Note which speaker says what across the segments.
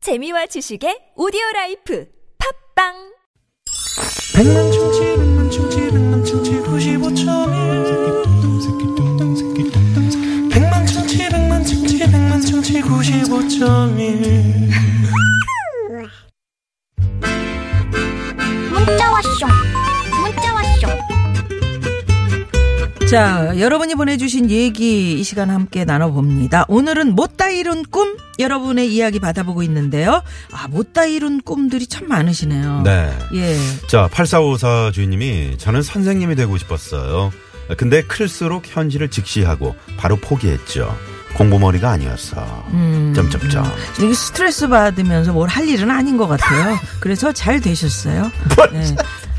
Speaker 1: 재미와 지식의 오디오 라이프 팝빵!
Speaker 2: 백만 충치 백만 충치 백만 충치 95.1 백만 충치 백만 충치 백만 충치 95.1
Speaker 3: 문자 왔쇼 문자 왔쇼
Speaker 4: 자, 여러분이 보내주신 얘기 이 시간 함께 나눠봅니다. 오늘은 못다 이룬 꿈 여러분의 이야기 받아보고 있는데요. 아, 못다 이룬 꿈들이 참 많으시네요.
Speaker 5: 네.
Speaker 4: 예.
Speaker 5: 자, 8454 주인님이 저는 선생님이 되고 싶었어요. 근데 클수록 현실을 직시하고 바로 포기했죠. 공부머리가 아니었어.
Speaker 4: 음.
Speaker 5: 점점점.
Speaker 4: 이게 스트레스 받으면서 뭘 할 일은 아닌 것 같아요. 그래서 잘 되셨어요. 네.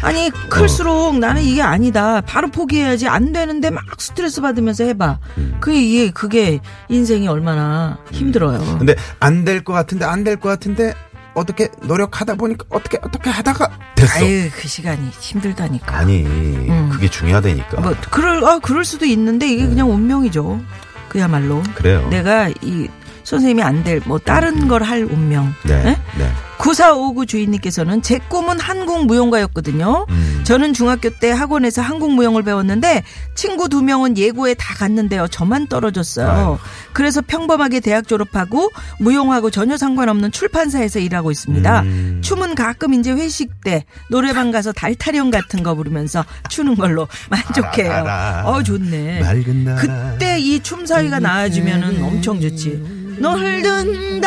Speaker 4: 아니,
Speaker 5: 어.
Speaker 4: 클수록 나는 이게 아니다. 바로 포기해야지. 안 되는데 막 스트레스 받으면서 해봐.
Speaker 5: 음.
Speaker 4: 그게, 이게, 그게 인생이 얼마나 힘들어요.
Speaker 5: 음. 근데 안 될 것 같은데 안 될 것 같은데 어떻게 노력하다 보니까 어떻게 어떻게 하다가 됐어.
Speaker 4: 아유, 그 시간이 힘들다니까.
Speaker 5: 아니, 그게 중요하다니까.
Speaker 4: 음.
Speaker 5: 네.
Speaker 4: 뭐 그럴 아 그럴 수도 있는데 이게 그냥 운명이죠. 그야말로.
Speaker 5: 그래요. 음.
Speaker 4: 내가 이 선생님이 안 될 뭐 다른 걸 할 운명.
Speaker 5: 네.
Speaker 4: 예?
Speaker 5: 네.
Speaker 4: 9459 주인님께서는 제 꿈은 한국 무용가였거든요.
Speaker 5: 음.
Speaker 4: 저는 중학교 때 학원에서 한국 무용을 배웠는데 친구 두 명은 예고에 다 갔는데요. 저만 떨어졌어요.
Speaker 5: 아유.
Speaker 4: 그래서 평범하게 대학 졸업하고 무용하고 전혀 상관없는 출판사에서 일하고 있습니다.
Speaker 5: 음.
Speaker 4: 춤은 가끔 이제 회식 때 노래방 가서 달타령 같은 거 부르면서 추는 걸로
Speaker 5: 아,
Speaker 4: 만족해요.
Speaker 5: 알아, 알아.
Speaker 4: 어 좋네.
Speaker 5: 맑은 나라.
Speaker 4: 그때 이 춤 사위가 나아지면은 엄청 좋지. 넓은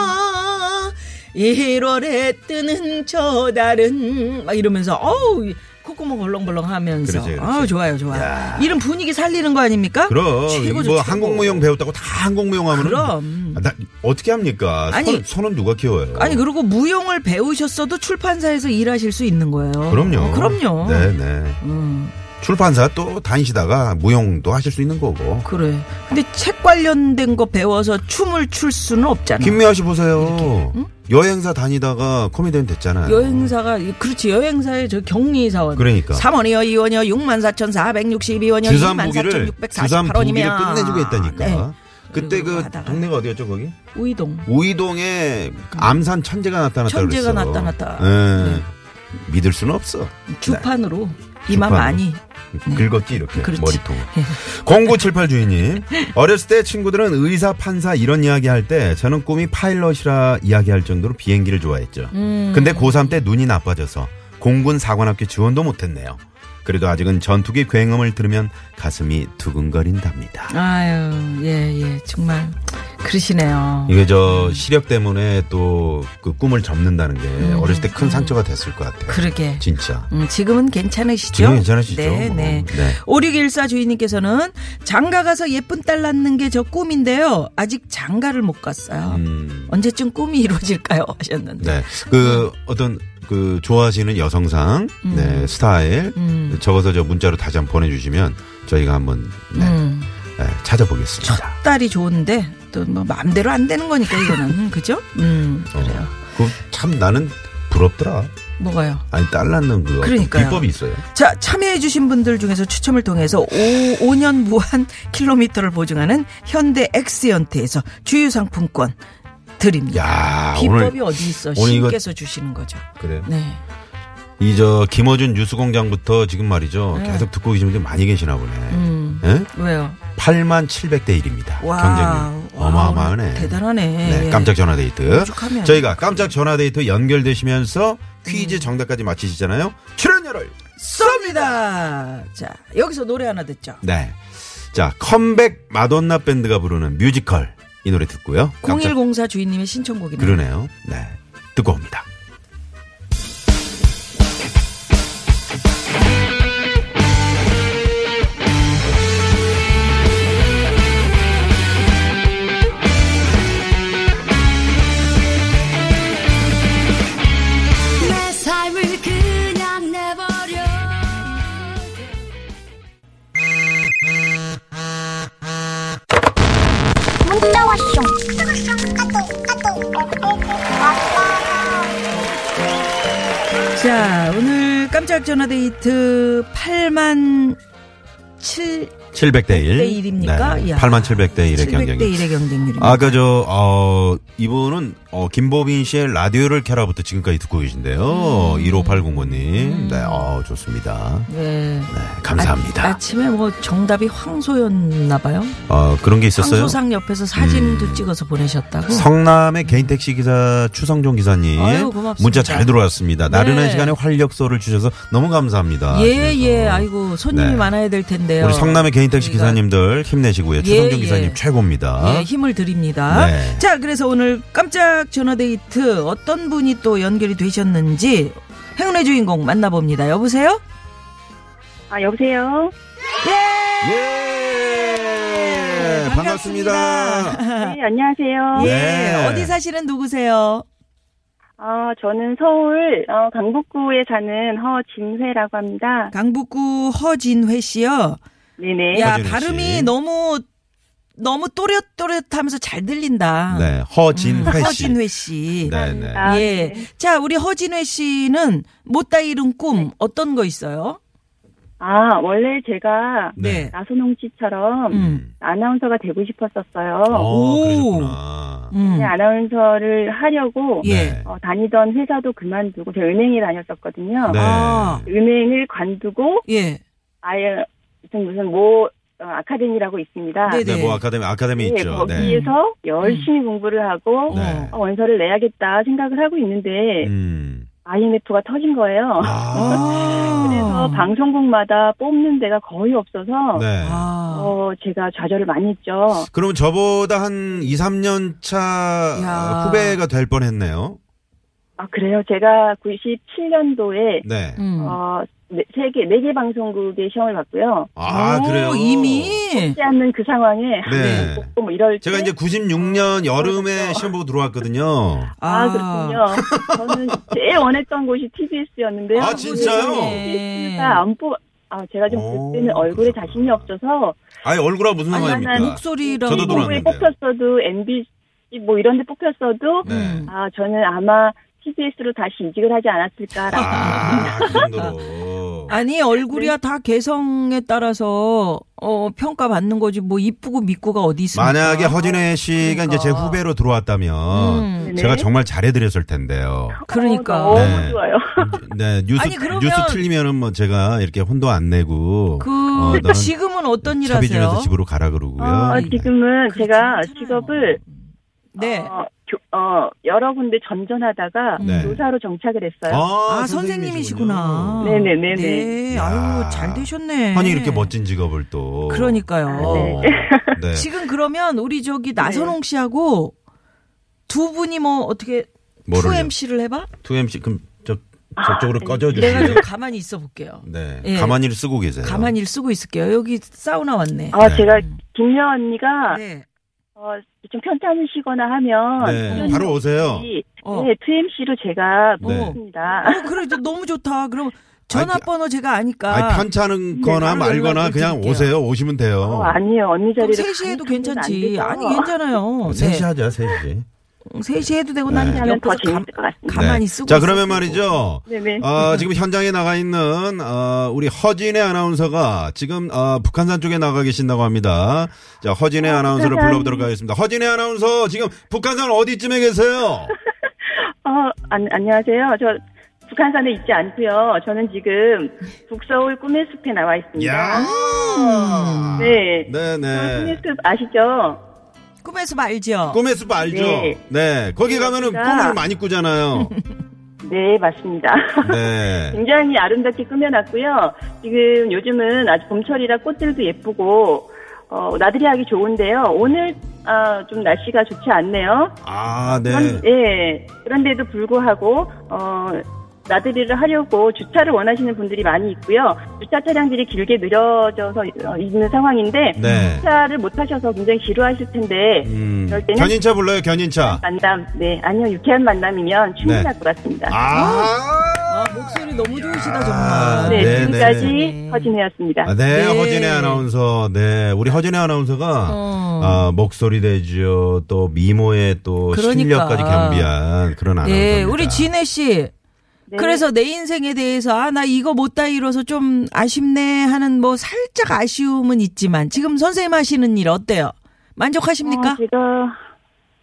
Speaker 4: 달아 1월에 뜨는 저 달은 막 이러면서 어우 콧구멍 얼렁벌렁 하면서
Speaker 5: 그렇지, 그렇지.
Speaker 4: 아우 좋아요 좋아요. 이런 분위기 살리는 거 아닙니까?
Speaker 5: 그럼
Speaker 4: 최고죠,
Speaker 5: 뭐
Speaker 4: 최고.
Speaker 5: 한국무용 배웠다고 다 한국무용 하면
Speaker 4: 그럼.
Speaker 5: 나 어떻게 합니까?
Speaker 4: 아니.
Speaker 5: 손, 손은 누가 키워요?
Speaker 4: 아니 그리고 무용을 배우셨어도 출판사에서 일하실 수 있는 거예요.
Speaker 5: 그럼요.
Speaker 4: 어, 그럼요.
Speaker 5: 네네.
Speaker 4: 음,
Speaker 5: 출판사 또 다니시다가 무용도 하실 수 있는 거고.
Speaker 4: 그래. 근데 책 관련된 거 배워서 춤을 출 수는 없잖아.
Speaker 5: 김미아 씨 보세요. 여행사 다니다가 코미디언 됐잖아요.
Speaker 4: 여행사가 그렇지 여행사의 저 격리 사원
Speaker 5: 그러니까.
Speaker 4: 3원이요 2원이요 64,462원이요
Speaker 5: 주산 보기를 주산
Speaker 4: 24,648원이면 네.
Speaker 5: 보기를 끝내주고 했다니까. 그때
Speaker 4: 그리고 뭐
Speaker 5: 그
Speaker 4: 하다가.
Speaker 5: 동네가 어디였죠 거기?
Speaker 4: 우이동
Speaker 5: 우이동에 암산 천재가 나타났다
Speaker 4: 천재가
Speaker 5: 그랬어.
Speaker 4: 나타났다. 네.
Speaker 5: 예. 믿을 수는 없어.
Speaker 4: 주판으로 이만
Speaker 5: 네. 주판으로.
Speaker 4: 많이
Speaker 5: 긁었지 이렇게
Speaker 4: 그렇지. 예.
Speaker 5: 머리통을. 0978 주인님 어렸을 때 친구들은 의사 판사 이런 이야기 할 때 저는 꿈이 파일럿이라 이야기할 정도로 비행기를 좋아했죠.
Speaker 4: 음.
Speaker 5: 근데 고3 때 눈이 나빠져서 공군 사관학교 지원도 못했네요. 그래도 아직은 전투기 굉음을 들으면 가슴이 두근거린답니다.
Speaker 4: 아유 예예 정말 그러시네요
Speaker 5: 이게 저 시력 때문에 또 그 꿈을 접는다는 게 어렸을 때 큰 상처가 됐을 것 같아요.
Speaker 4: 음. 그러게
Speaker 5: 진짜.
Speaker 4: 음, 지금은 괜찮으시죠?
Speaker 5: 지금 괜찮으시죠?
Speaker 4: 네,
Speaker 5: 뭐.
Speaker 4: 네.
Speaker 5: 네.
Speaker 4: 5614 주인님께서는 장가 가서 예쁜 딸 낳는 게 저 꿈인데요. 아직 장가를 못 갔어요.
Speaker 5: 음.
Speaker 4: 언제쯤 꿈이 이루어질까요? 하셨는데.
Speaker 5: 네. 그 어떤 그 좋아하시는 여성상
Speaker 4: 음.
Speaker 5: 네, 스타일 적어서 저 문자로 다시 한번 보내주시면 저희가 한번 네,
Speaker 4: 음.
Speaker 5: 네, 찾아보겠습니다.
Speaker 4: 딸이 좋은데 또 뭐 마음대로 안 되는 거니까 이거는 그죠? 음
Speaker 5: 어.
Speaker 4: 그래요.
Speaker 5: 그참 나는 부럽더라.
Speaker 4: 뭐가요?
Speaker 5: 아니 딸 낳는 그 어떤
Speaker 4: 그러니까요.
Speaker 5: 비법이 있어요.
Speaker 4: 자 참여해주신 분들 중에서 추첨을 통해서 5, 5년 무한 킬로미터를 보증하는 현대 엑스연태에서 주유 상품권 드립니다.
Speaker 5: 야
Speaker 4: 비법이
Speaker 5: 오늘
Speaker 4: 어디 있어?
Speaker 5: 오늘 이거-
Speaker 4: 신께서 주시는 거죠.
Speaker 5: 그래요.
Speaker 4: 네.
Speaker 5: 이 저 김어준 뉴스공장부터 지금 말이죠. 계속 듣고 계신 분들 많이 계시나 보네.
Speaker 4: 네. 음.
Speaker 5: 예?
Speaker 4: 왜요?
Speaker 5: 8만 700대 1입니다.
Speaker 4: 와,
Speaker 5: 경쟁률
Speaker 4: 와,
Speaker 5: 어마어마하네.
Speaker 4: 대단하네.
Speaker 5: 네,
Speaker 4: 예.
Speaker 5: 깜짝 전화 데이트.
Speaker 4: 오죽하면. 음.
Speaker 5: 저희가 깜짝 전화 데이트 연결되시면서 퀴즈 정답까지 맞히시잖아요. 출연료를.
Speaker 4: 쏩니다. 자 여기서 노래 하나 듣죠.
Speaker 5: 네. 자, 컴백 마돈나 밴드가 부르는 뮤지컬 이 노래 듣고요. 깜짝
Speaker 4: 0104 주인님의 신청곡이네요.
Speaker 5: 그러네요. 네. 듣고 옵니다.
Speaker 6: 내 삶을 그냥 내버려
Speaker 3: 문자 왔쇼 까똑 까똑
Speaker 4: 자, 오늘 깜짝 전화 데이트 8만 7
Speaker 5: 700대 1.
Speaker 4: 대 일입니까?
Speaker 5: 네.
Speaker 4: 이야.
Speaker 5: 8만 700대 1의 아,
Speaker 4: 700대
Speaker 5: 경쟁이.
Speaker 4: 1의 경쟁률입니다.
Speaker 5: 아까 저, 어, 이분은 어, 김보빈 씨의 라디오를 켜라부터 지금까지 듣고 계신데요.
Speaker 4: 음.
Speaker 5: 1580번님. 네, 어, 좋습니다.
Speaker 4: 예.
Speaker 5: 네, 감사합니다.
Speaker 4: 아, 침에뭐 정답이 황소였나 봐요.
Speaker 5: 어, 그런 게 있었어요. 음.
Speaker 4: 황소상 옆에서 사진도 찍어서 보내셨다고.
Speaker 5: 성남의 개인 택시 기사 추성종 기사님
Speaker 4: 아유, 고맙습니다.
Speaker 5: 문자 잘 들어왔습니다.
Speaker 4: 네.
Speaker 5: 나른한 시간에 활력소를 주셔서 너무 감사합니다.
Speaker 4: 예,
Speaker 5: 아, 그래서
Speaker 4: 예. 아이고, 손님이
Speaker 5: 네.
Speaker 4: 많아야 될 텐데요.
Speaker 5: 우리 성남의 개인 택시
Speaker 4: 저희가.
Speaker 5: 기사님들 힘내시고요.
Speaker 4: 예.
Speaker 5: 추성종 기사님 최고입니다.
Speaker 4: 예, 힘을 드립니다.
Speaker 5: 네.
Speaker 4: 자, 그래서 오늘 깜짝 전화데이트 어떤 분이 또 연결이 되셨는지 행운의 주인공 만나봅니다. 여보세요?
Speaker 7: 아 여보세요.
Speaker 5: 예! 반갑습니다.
Speaker 7: 네 안녕하세요.
Speaker 4: 예,
Speaker 5: 네.
Speaker 4: 어디 사시는 누구세요?
Speaker 7: 아 저는 서울 어, 강북구에 사는 허진회라고 합니다.
Speaker 4: 강북구 허진회 씨요.
Speaker 7: 네네.
Speaker 4: 야,
Speaker 5: 허진회 씨.
Speaker 4: 발음이 너무 너무 또렷또렷하면서 잘 들린다.
Speaker 5: 네, 허진회 씨.
Speaker 4: 음, 허진회 씨.
Speaker 5: 네, 네.
Speaker 7: 아,
Speaker 4: 예. 자, 우리 허진회 씨는 못다 이룬
Speaker 7: 네.
Speaker 4: 꿈 어떤 거 있어요?
Speaker 7: 아 원래 제가
Speaker 5: 네.
Speaker 7: 나선홍 씨처럼
Speaker 4: 음.
Speaker 7: 아나운서가 되고 싶었었어요.
Speaker 5: 어,
Speaker 4: 오.
Speaker 5: 그러셨구나.
Speaker 4: 음.
Speaker 7: 근데 아나운서를 하려고
Speaker 4: 예.
Speaker 5: 네.
Speaker 7: 어, 다니던 회사도 그만두고 제가 은행에 다녔었거든요.
Speaker 5: 네.
Speaker 4: 아.
Speaker 7: 은행을 관두고
Speaker 4: 예.
Speaker 7: 아예 무슨 무슨 모 어, 아카데미라고 있습니다.
Speaker 4: 네,
Speaker 5: 네, 뭐 아카데미 아카데미
Speaker 7: 예,
Speaker 5: 있죠. 네.
Speaker 7: 거기에서 열심히 공부를 하고
Speaker 5: 네.
Speaker 7: 어, 예. 원서를 내야겠다 생각을 하고 있는데
Speaker 5: 음.
Speaker 7: IMF가 터진 거예요.
Speaker 5: 아.
Speaker 7: 그래서 방송국마다 뽑는 데가 거의 없어서
Speaker 5: 네.
Speaker 4: 아.
Speaker 7: 어, 제가 좌절을 많이 했죠.
Speaker 5: 그럼 저보다 한 2, 3년 차 어,
Speaker 4: 야.
Speaker 5: 후배가 될 뻔했네요.
Speaker 7: 아 그래요. 제가 97년도에
Speaker 5: 네.
Speaker 4: 음.
Speaker 7: 어, 네, 세개 네 개 방송국에 시험을 봤고요.
Speaker 5: 아,
Speaker 4: 오,
Speaker 5: 그래요.
Speaker 4: 어, 이미
Speaker 7: 하지 않는 그 상황에
Speaker 5: 네.
Speaker 7: 한번 뽑고 뭐 이럴 때
Speaker 5: 제가 이제 96년 여름에
Speaker 4: 그러니까.
Speaker 7: 그렇죠.
Speaker 5: 시험 보고 들어왔거든요.
Speaker 7: 아, 그렇군요. 저는 제일 원했던 곳이 TBS였는데요. 네.
Speaker 5: 아, 진짜요?
Speaker 7: TBS가 안 뽑. 아 제가 좀
Speaker 5: 오, 그렇죠.
Speaker 7: 그때는 얼굴에
Speaker 5: 그렇구나.
Speaker 7: 자신이 없어서
Speaker 5: 아니, 얼굴하고 무슨
Speaker 7: 아니,
Speaker 5: 상관입니까?
Speaker 7: 나는
Speaker 4: 목소리랑
Speaker 5: 저도
Speaker 4: 뭐-
Speaker 7: 공부에
Speaker 5: 들어왔는데요.
Speaker 7: 뽑혔어도 MBC 뭐 이런데 뽑혔어도
Speaker 4: 음.
Speaker 5: 네.
Speaker 7: 아, 저는 아마 TBS로 다시 이직을 하지 않았을까라고.
Speaker 5: 아, 그 정도로.
Speaker 7: 네.
Speaker 4: 아니 얼굴이야 다 개성에 따라서 어 평가 받는 거지 뭐 이쁘고 믿고가 어디 있습니까?
Speaker 5: 만약에 허진혜 씨가 이제 제
Speaker 4: 그러니까.
Speaker 5: 후배로 들어왔다면
Speaker 4: 음,
Speaker 7: 네.
Speaker 5: 제가 정말 잘해드렸을 텐데요.
Speaker 4: 그러니까.
Speaker 7: 어, 너무
Speaker 5: 네.
Speaker 7: 좋아요.
Speaker 5: 네, 뉴스,
Speaker 4: 아니, 그러면-
Speaker 5: 뉴스 틀리면은 뭐 제가 이렇게 혼도 안 내고.
Speaker 4: 그
Speaker 5: 너는
Speaker 4: 지금은 어떤 일
Speaker 5: 어, 차비 주면서
Speaker 4: 하세요?
Speaker 5: 집으로 가라 그러고요.
Speaker 7: 어, 지금은
Speaker 4: 그렇지
Speaker 7: 제가
Speaker 4: 않잖아요.
Speaker 7: 직업을
Speaker 4: 네.
Speaker 7: 어, 교- 어, 여러 군데 전전하다가
Speaker 5: 네.
Speaker 7: 교사로 정착을 했어요.
Speaker 5: 아,
Speaker 4: 아 선생님이시구나.
Speaker 5: 선생님이시군요.
Speaker 7: 네네네네.
Speaker 4: 네.
Speaker 5: 야.
Speaker 4: 아유 잘 되셨네.
Speaker 5: 아니 이렇게 멋진 직업을 또.
Speaker 4: 그러니까요.
Speaker 5: 어, 네.
Speaker 4: 지금 그러면 우리 저기
Speaker 7: 네.
Speaker 4: 나선홍 씨하고 두 분이 뭐 어떻게
Speaker 5: 뭐를요?
Speaker 4: 2MC를 해봐?
Speaker 5: 투 m 씨 그럼 저
Speaker 7: 아, 네.
Speaker 5: 저쪽으로 꺼져
Speaker 4: 내가 좀
Speaker 5: 주시죠.
Speaker 4: 가만히 있어 볼게요.
Speaker 5: 네.
Speaker 4: 예.
Speaker 5: 가만히를 쓰고 계세요.
Speaker 4: 가만히 쓰고 있을게요. 여기 사우나 왔네.
Speaker 7: 아,
Speaker 5: 네.
Speaker 7: 제가 김여 언니가
Speaker 4: 네.
Speaker 7: 어, 좀 편찮으시거나 하면
Speaker 5: 네. 바로 오세요.
Speaker 7: 이-
Speaker 4: 어.
Speaker 7: 네, 2MC로 제가
Speaker 5: 네.
Speaker 7: 뽑습니다.
Speaker 4: 어, 그래, 저 너무 좋다. 그럼 전화번호 제가 아니까.
Speaker 5: 아니 편찮거나
Speaker 4: 네,
Speaker 5: 말거나
Speaker 4: 연락을
Speaker 5: 그냥
Speaker 4: 드릴게요.
Speaker 5: 오세요. 오시면 돼요.
Speaker 7: 어, 아니요. 언니
Speaker 4: 그럼
Speaker 7: 자리를
Speaker 4: 3시 에도
Speaker 7: 강요하면 안
Speaker 4: 괜찮지.
Speaker 7: 되죠.
Speaker 4: 아니, 괜찮아요. 네.
Speaker 5: 셋이 하자, 네. 셋이.
Speaker 4: 3시 해도 되고
Speaker 5: 네.
Speaker 4: 난
Speaker 7: 하면 더
Speaker 4: 옆에서
Speaker 7: 재밌을
Speaker 4: 감,
Speaker 7: 것 같습니다.
Speaker 4: 가만히
Speaker 5: 네.
Speaker 4: 쓰고.
Speaker 5: 자, 그러면
Speaker 4: 있었고.
Speaker 5: 말이죠.
Speaker 7: 네네.
Speaker 5: 어, 지금 현장에 나가 있는 어, 우리 허진의 아나운서가 지금 어, 북한산 쪽에 나가 계신다고 합니다. 자, 허진의 아나운서를
Speaker 7: 어, 북한산.
Speaker 5: 불러보도록 하겠습니다. 허진의 아나운서 지금 북한산 어디쯤에 계세요?
Speaker 7: 어, 안, 안녕하세요. 저 북한산에 있지 않고요. 저는 지금 북서울 꿈의 숲에 나와 있습니다.
Speaker 5: 야.
Speaker 4: 음.
Speaker 7: 네.
Speaker 5: 네,
Speaker 7: 서울
Speaker 5: 네.
Speaker 7: 꿈의 숲 아시죠?
Speaker 4: 꿈에서 말죠.
Speaker 5: 꿈의 숲 알죠? 네.
Speaker 7: 네.
Speaker 5: 거기 가면은
Speaker 7: 그러니까.
Speaker 5: 꿈을 많이 꾸잖아요.
Speaker 7: 네, 맞습니다.
Speaker 5: 네.
Speaker 7: 굉장히 아름답게 꾸며놨고요. 지금 요즘은 아주 봄철이라 꽃들도 예쁘고 어, 나들이 하기 좋은데요. 오늘 아, 좀 날씨가 좋지 않네요.
Speaker 5: 아,
Speaker 7: 그런-
Speaker 5: 네.
Speaker 7: 예. 그런데도 불구하고 어, 나들이를 하려고 주차를 원하시는 분들이 많이 있고요. 주차 차량들이 길게 늘어져서 어, 있는 상황인데
Speaker 5: 네.
Speaker 7: 주차를 못 하셔서 굉장히 지루하실 텐데
Speaker 5: 음.
Speaker 7: 그럴 때는
Speaker 5: 견인차 불러요, 견인차.
Speaker 7: 만남, 네 아니요 유쾌한 만남이면 충분할
Speaker 5: 네.
Speaker 7: 것 같습니다.
Speaker 5: 아.
Speaker 4: 아, 목소리 너무 좋으시다,
Speaker 5: 아,
Speaker 4: 정말.
Speaker 7: 네,
Speaker 5: 네,
Speaker 7: 지금까지
Speaker 4: 네.
Speaker 7: 허진혜였습니다.
Speaker 5: 아, 네,
Speaker 4: 네.
Speaker 5: 허진의 아나운서. 네, 우리 허진의 아나운서가
Speaker 4: 어.
Speaker 5: 아, 목소리 대지요, 또 미모에 또
Speaker 4: 그러니까.
Speaker 5: 실력까지 겸비한 그런 아나운서.
Speaker 4: 네, 우리 진혜 씨.
Speaker 7: 네.
Speaker 4: 그래서 내 인생에 대해서 아 나 이거 못다 이뤄서 좀 아쉽네 하는 뭐 살짝
Speaker 7: 그-
Speaker 4: 아쉬움은 있지만 지금 선생님 하시는 일 어때요? 만족하십니까?
Speaker 7: 아, 제가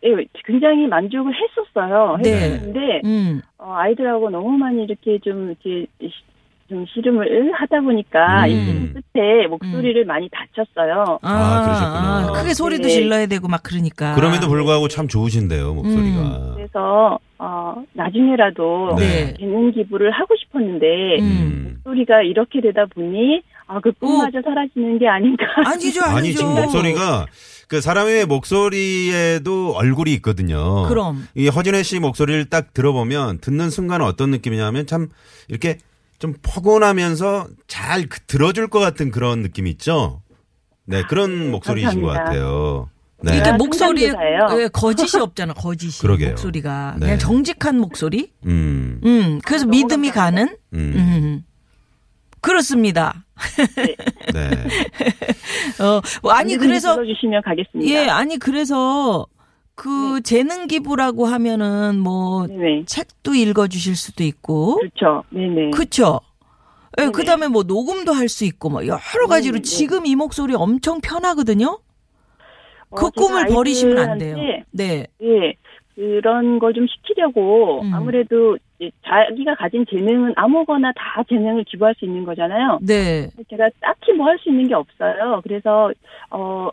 Speaker 7: 예, 굉장히 만족을 했었어요.
Speaker 4: 네.
Speaker 7: 했었는데
Speaker 4: 음.
Speaker 7: 어, 아이들하고 너무 많이 이렇게 좀 이렇게 시- 좀 씨름을 하다 보니까
Speaker 5: 음.
Speaker 7: 이 끝에 목소리를 많이 다쳤어요.
Speaker 4: 아,
Speaker 5: 아, 그러셨구나.
Speaker 4: 크게 소리도
Speaker 7: 네.
Speaker 4: 질러야 되고 막 그러니까.
Speaker 5: 그럼에도 불구하고 참 좋으신데요, 목소리가.
Speaker 7: 음. 그래서 어, 나중에라도
Speaker 4: 네.
Speaker 7: 재능 기부를 하고 싶었는데
Speaker 4: 음.
Speaker 5: 음.
Speaker 7: 목소리가 이렇게 되다 보니 아, 그 꿈마저 사라지는 게 아닌가.
Speaker 4: 아니죠, 어. 아니죠.
Speaker 5: 아니, 지금 목소리가 그 사람의 목소리에도 얼굴이 있거든요.
Speaker 4: 그럼.
Speaker 5: 이 허진혜 씨 목소리를 딱 들어보면 듣는 순간 어떤 느낌이냐면 참 이렇게 좀 포근하면서 잘 그- 들어줄 것 같은 그런 느낌 있죠? 네, 그런 목소리이신 것
Speaker 7: 감사합니다.
Speaker 5: 같아요. 네.
Speaker 4: 아, 이게
Speaker 7: 아,
Speaker 4: 목소리에
Speaker 7: 성장기사예요.
Speaker 4: 예, 거짓이 없잖아, 거짓이.
Speaker 5: 그러게요.
Speaker 4: 목소리가.
Speaker 5: 네.
Speaker 4: 그냥 정직한 목소리?
Speaker 5: 음,
Speaker 4: 음, 그래서 믿음이 가는?
Speaker 5: 음,
Speaker 4: 음. 그렇습니다.
Speaker 5: 네.
Speaker 4: 음. 어, 뭐 아니, 그래서,
Speaker 7: 불러주시면 가겠습니다. 네.
Speaker 4: 예, 아니, 그래서, 그, 재능 기부라고 하면은, 뭐,
Speaker 7: 네네.
Speaker 4: 책도 읽어주실 수도 있고,
Speaker 7: 그렇죠. 네네.
Speaker 4: 그쵸? 예, 그 다음에 뭐, 녹음도 할 수 있고, 뭐, 여러 가지로
Speaker 7: 네, 네.
Speaker 4: 지금 이 목소리 엄청 편하거든요?
Speaker 7: 어,
Speaker 4: 그
Speaker 7: 제가
Speaker 4: 꿈을 버리시면 안 돼요.
Speaker 7: 아이들한테
Speaker 4: 네.
Speaker 7: 예. 그런 걸 좀 시키려고
Speaker 4: 음.
Speaker 7: 아무래도 이제 자기가 가진 재능은 아무거나 다 재능을 기부할 수 있는 거잖아요.
Speaker 4: 네.
Speaker 7: 제가 딱히 뭐 할 수 있는 게 없어요. 그래서 어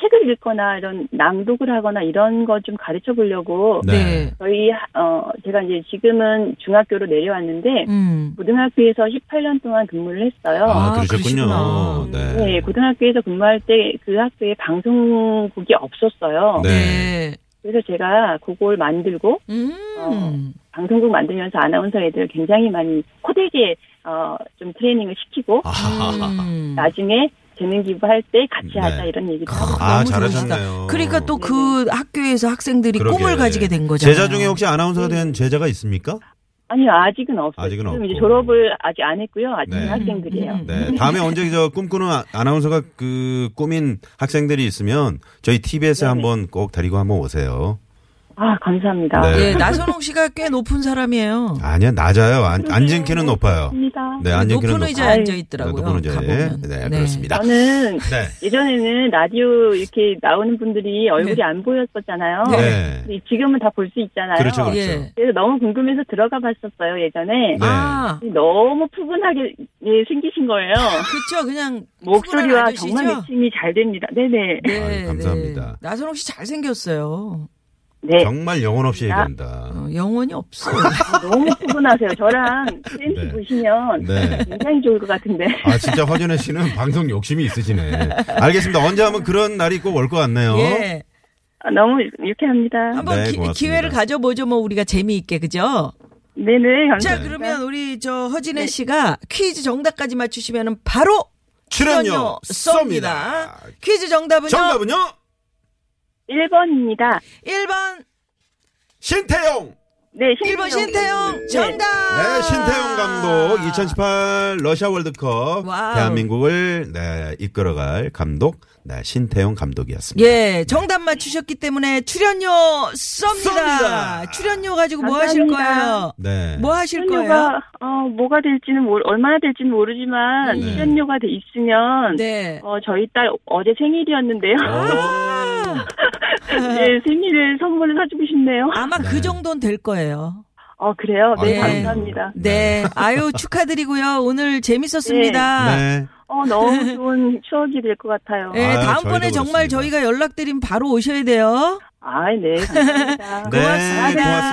Speaker 7: 책을 읽거나 이런 낭독을 하거나 이런 거 좀 가르쳐 보려고
Speaker 5: 네.
Speaker 4: 네.
Speaker 7: 저희 하- 어 제가 이제 지금은 중학교로 내려왔는데
Speaker 4: 음.
Speaker 7: 고등학교에서 18년 동안 근무를 했어요.
Speaker 5: 아,
Speaker 4: 아,
Speaker 5: 그러셨군요.
Speaker 4: 그러시구나.
Speaker 5: 네.
Speaker 7: 네, 고등학교에서 근무할 때 그 학교에 방송국이 없었어요.
Speaker 5: 네.
Speaker 4: 네.
Speaker 7: 그래서 제가 그걸 만들고
Speaker 4: 음.
Speaker 7: 방송국 만들면서 아나운서 애들 굉장히 많이 코덱에 어, 좀 트레이닝을 시키고
Speaker 5: 아,
Speaker 4: 음.
Speaker 7: 나중에 재능 기부할 때 같이
Speaker 5: 네.
Speaker 7: 하자 이런 얘기도 하고
Speaker 5: 아,
Speaker 4: 너무
Speaker 5: 잘하셨네요.
Speaker 4: 그러니까 또 그 학교에서 학생들이
Speaker 5: 그러게.
Speaker 4: 꿈을 가지게 된 거잖아요.
Speaker 5: 제자 중에 혹시 아나운서가 된 제자가 있습니까?
Speaker 7: 아니요 아직은 없어요.
Speaker 5: 아직은
Speaker 7: 지금
Speaker 5: 없고.
Speaker 7: 이제 졸업을 아직 안 했고요. 아직은
Speaker 5: 네.
Speaker 7: 학생들이에요.
Speaker 4: 음, 음,
Speaker 5: 네. 다음에 언제 저 꿈꾸는 아- 아나운서가 그 꾸민 학생들이 있으면 저희 TBS에 한번 꼭 데리고 한번 오세요.
Speaker 7: 아 감사합니다.
Speaker 5: 네.
Speaker 4: 예, 나선홍 씨가 꽤 높은 사람이에요.
Speaker 5: 아니야, 낮아요. 안, 앉은 키는 높아요.
Speaker 7: 감사합니다.
Speaker 5: 네, 앉은 키는
Speaker 4: 높은
Speaker 5: 높아요.
Speaker 4: 의자에 앉아 있더라고요.
Speaker 5: 높은 의자에.
Speaker 4: 가보면.
Speaker 5: 네, 그렇습니다.
Speaker 7: 저는
Speaker 5: 네.
Speaker 7: 예전에는 라디오 이렇게 나오는 분들이 얼굴이 안 보였었잖아요.
Speaker 5: 네.
Speaker 7: 근데 지금은 다 볼 수 있잖아요.
Speaker 5: 그렇죠, 그렇죠.
Speaker 4: 예.
Speaker 7: 그래서 너무 궁금해서 들어가 봤었어요 예전에.
Speaker 5: 네.
Speaker 4: 아,
Speaker 7: 너무 푸근하게 예, 생기신 거예요.
Speaker 4: 그렇죠. 그냥 푸근한
Speaker 7: 뭐 목소리와
Speaker 4: 아저씨죠?
Speaker 7: 정말 매칭이 잘 됩니다. 네네.
Speaker 4: 네,
Speaker 5: 아유, 감사합니다.
Speaker 4: 네. 나선홍 씨 잘생겼어요.
Speaker 7: 네.
Speaker 5: 정말 영혼 없이 얘기한다.
Speaker 4: 어, 영혼이 없어요.
Speaker 5: 아,
Speaker 7: 너무 푸근하세요. 저랑 센스
Speaker 5: 네.
Speaker 7: 보시면
Speaker 5: 네.
Speaker 7: 굉장히 좋을 것 같은데.
Speaker 5: 아, 진짜 허준혜 씨는 방송 욕심이 있으시네. 알겠습니다. 언제 한번 그런 날이 꼭 올 것 같네요.
Speaker 4: 예.
Speaker 7: 아, 너무 유쾌합니다.
Speaker 4: 한번
Speaker 5: 네,
Speaker 4: 기-
Speaker 5: 고맙습니다.
Speaker 4: 기회를 가져보죠. 뭐 우리가 재미있게 그죠?
Speaker 7: 네네. 감사합니다.
Speaker 4: 자, 그러면 우리 저 허진혜 씨가 퀴즈 정답까지 맞추시면은 바로
Speaker 5: 출연료
Speaker 4: 쏩니다.
Speaker 5: 쏩니다.
Speaker 4: 퀴즈 정답은요.
Speaker 5: 정답은요?
Speaker 7: 1번입니다.
Speaker 4: 1번
Speaker 5: 신태용!
Speaker 7: 네, 신태용.
Speaker 4: 1번 신태용 정답.
Speaker 5: 네, 신태용 감독 2018 러시아 월드컵
Speaker 4: 와우.
Speaker 5: 대한민국을 네, 이끌어갈 감독 네, 신태용 감독이었습니다.
Speaker 4: 예, 정답 맞추셨기 때문에 출연료 쏩니다.
Speaker 5: 쏩니다.
Speaker 4: 출연료 가지고 뭐 하실
Speaker 7: 감사합니다.
Speaker 4: 거예요?
Speaker 5: 네.
Speaker 4: 뭐 하실 거예요?
Speaker 7: 출연료가 어, 뭐가 될지는 모르, 얼마나 될지는 모르지만
Speaker 5: 네.
Speaker 7: 출연료가 돼 있으면
Speaker 4: 네.
Speaker 7: 어, 저희 딸 어제 생일이었는데요. 네, 생일을 선물을 사주고 싶네요.
Speaker 4: 아마 그 정도는 될 거예요.
Speaker 7: 어, 그래요? 네,
Speaker 5: 네.
Speaker 7: 감사합니다.
Speaker 4: 네. 아유, 축하드리고요. 오늘 재밌었습니다.
Speaker 5: 네.
Speaker 7: 어, 너무 좋은 추억이 될 것 같아요.
Speaker 4: 예,
Speaker 5: 아유,
Speaker 4: 다음번에
Speaker 5: 저희도
Speaker 4: 정말
Speaker 5: 그렇습니다.
Speaker 4: 저희가 연락드리면 바로 오셔야 돼요.
Speaker 7: 아, 네, 감사합니다.
Speaker 5: 네, 고맙습니다.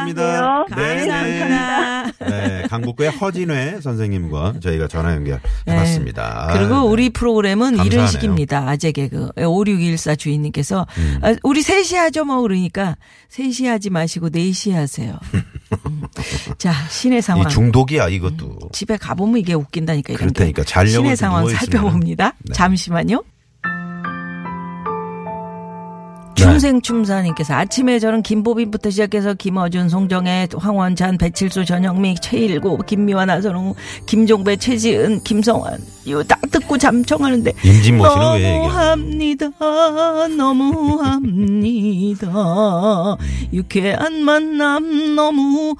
Speaker 7: 안녕하세요.
Speaker 5: 네, 네.
Speaker 4: 감사합니다.
Speaker 5: 네, 강북구의 허진회 선생님과 저희가 전화 연결해봤습니다.
Speaker 4: 네. 그리고
Speaker 5: 네.
Speaker 4: 우리 프로그램은
Speaker 5: 감사하네요.
Speaker 4: 이런 식입니다. 아재 개그. 5614 주인님께서
Speaker 5: 음.
Speaker 4: 아, 우리 3시 하죠 뭐 그러니까 3시 하지 마시고 4시 하세요. 음. 자, 시내 상황.
Speaker 5: 이 중독이야 이것도.
Speaker 4: 집에 가보면 이게 웃긴다니까 이런 게.
Speaker 5: 그렇다니까 자려고
Speaker 4: 시내
Speaker 5: 이렇게
Speaker 4: 상황
Speaker 5: 누워있으면은.
Speaker 4: 살펴봅니다.
Speaker 5: 네.
Speaker 4: 잠시만요.
Speaker 5: 네.
Speaker 4: 춤생춤사님께서 아침에 저는 김보빈부터 시작해서 김어준, 송정혜, 황원찬, 배칠수, 전영미, 최일구, 김미화, 나선홍, 김종배, 최지은, 김성환 이딱 듣고 잠청하는데
Speaker 5: 임진모
Speaker 4: 어,
Speaker 5: 씨는 왜 얘기하는
Speaker 4: 너무합니다. 너무합니다. 유쾌한 만남 너무합니다.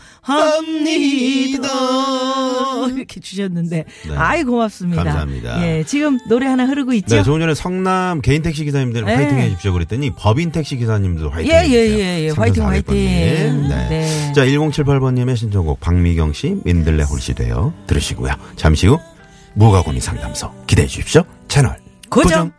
Speaker 4: 이렇게 주셨는데
Speaker 5: 음. 네.
Speaker 4: 아이 고맙습니다.
Speaker 5: 감사합니다.
Speaker 4: 예, 지금 노래 하나 흐르고 있죠?
Speaker 5: 네, 조금 전에 네, 성남 개인 택시 기사님들
Speaker 4: 네.
Speaker 5: 파이팅 해주십시오 그랬더니 법인 택시 택시 기사님들 화이팅.
Speaker 4: 예, 예,
Speaker 5: 해주세요.
Speaker 4: 예, 예. 화이팅, 화이팅.
Speaker 5: 3400 번님. 네.
Speaker 4: 네.
Speaker 5: 자, 1078번님의 신청곡 박미경 씨, 민들레 홀씨 되어 들으시고요. 잠시 후 무가 고민 상담소 기대해 주십시오. 채널
Speaker 4: 고정.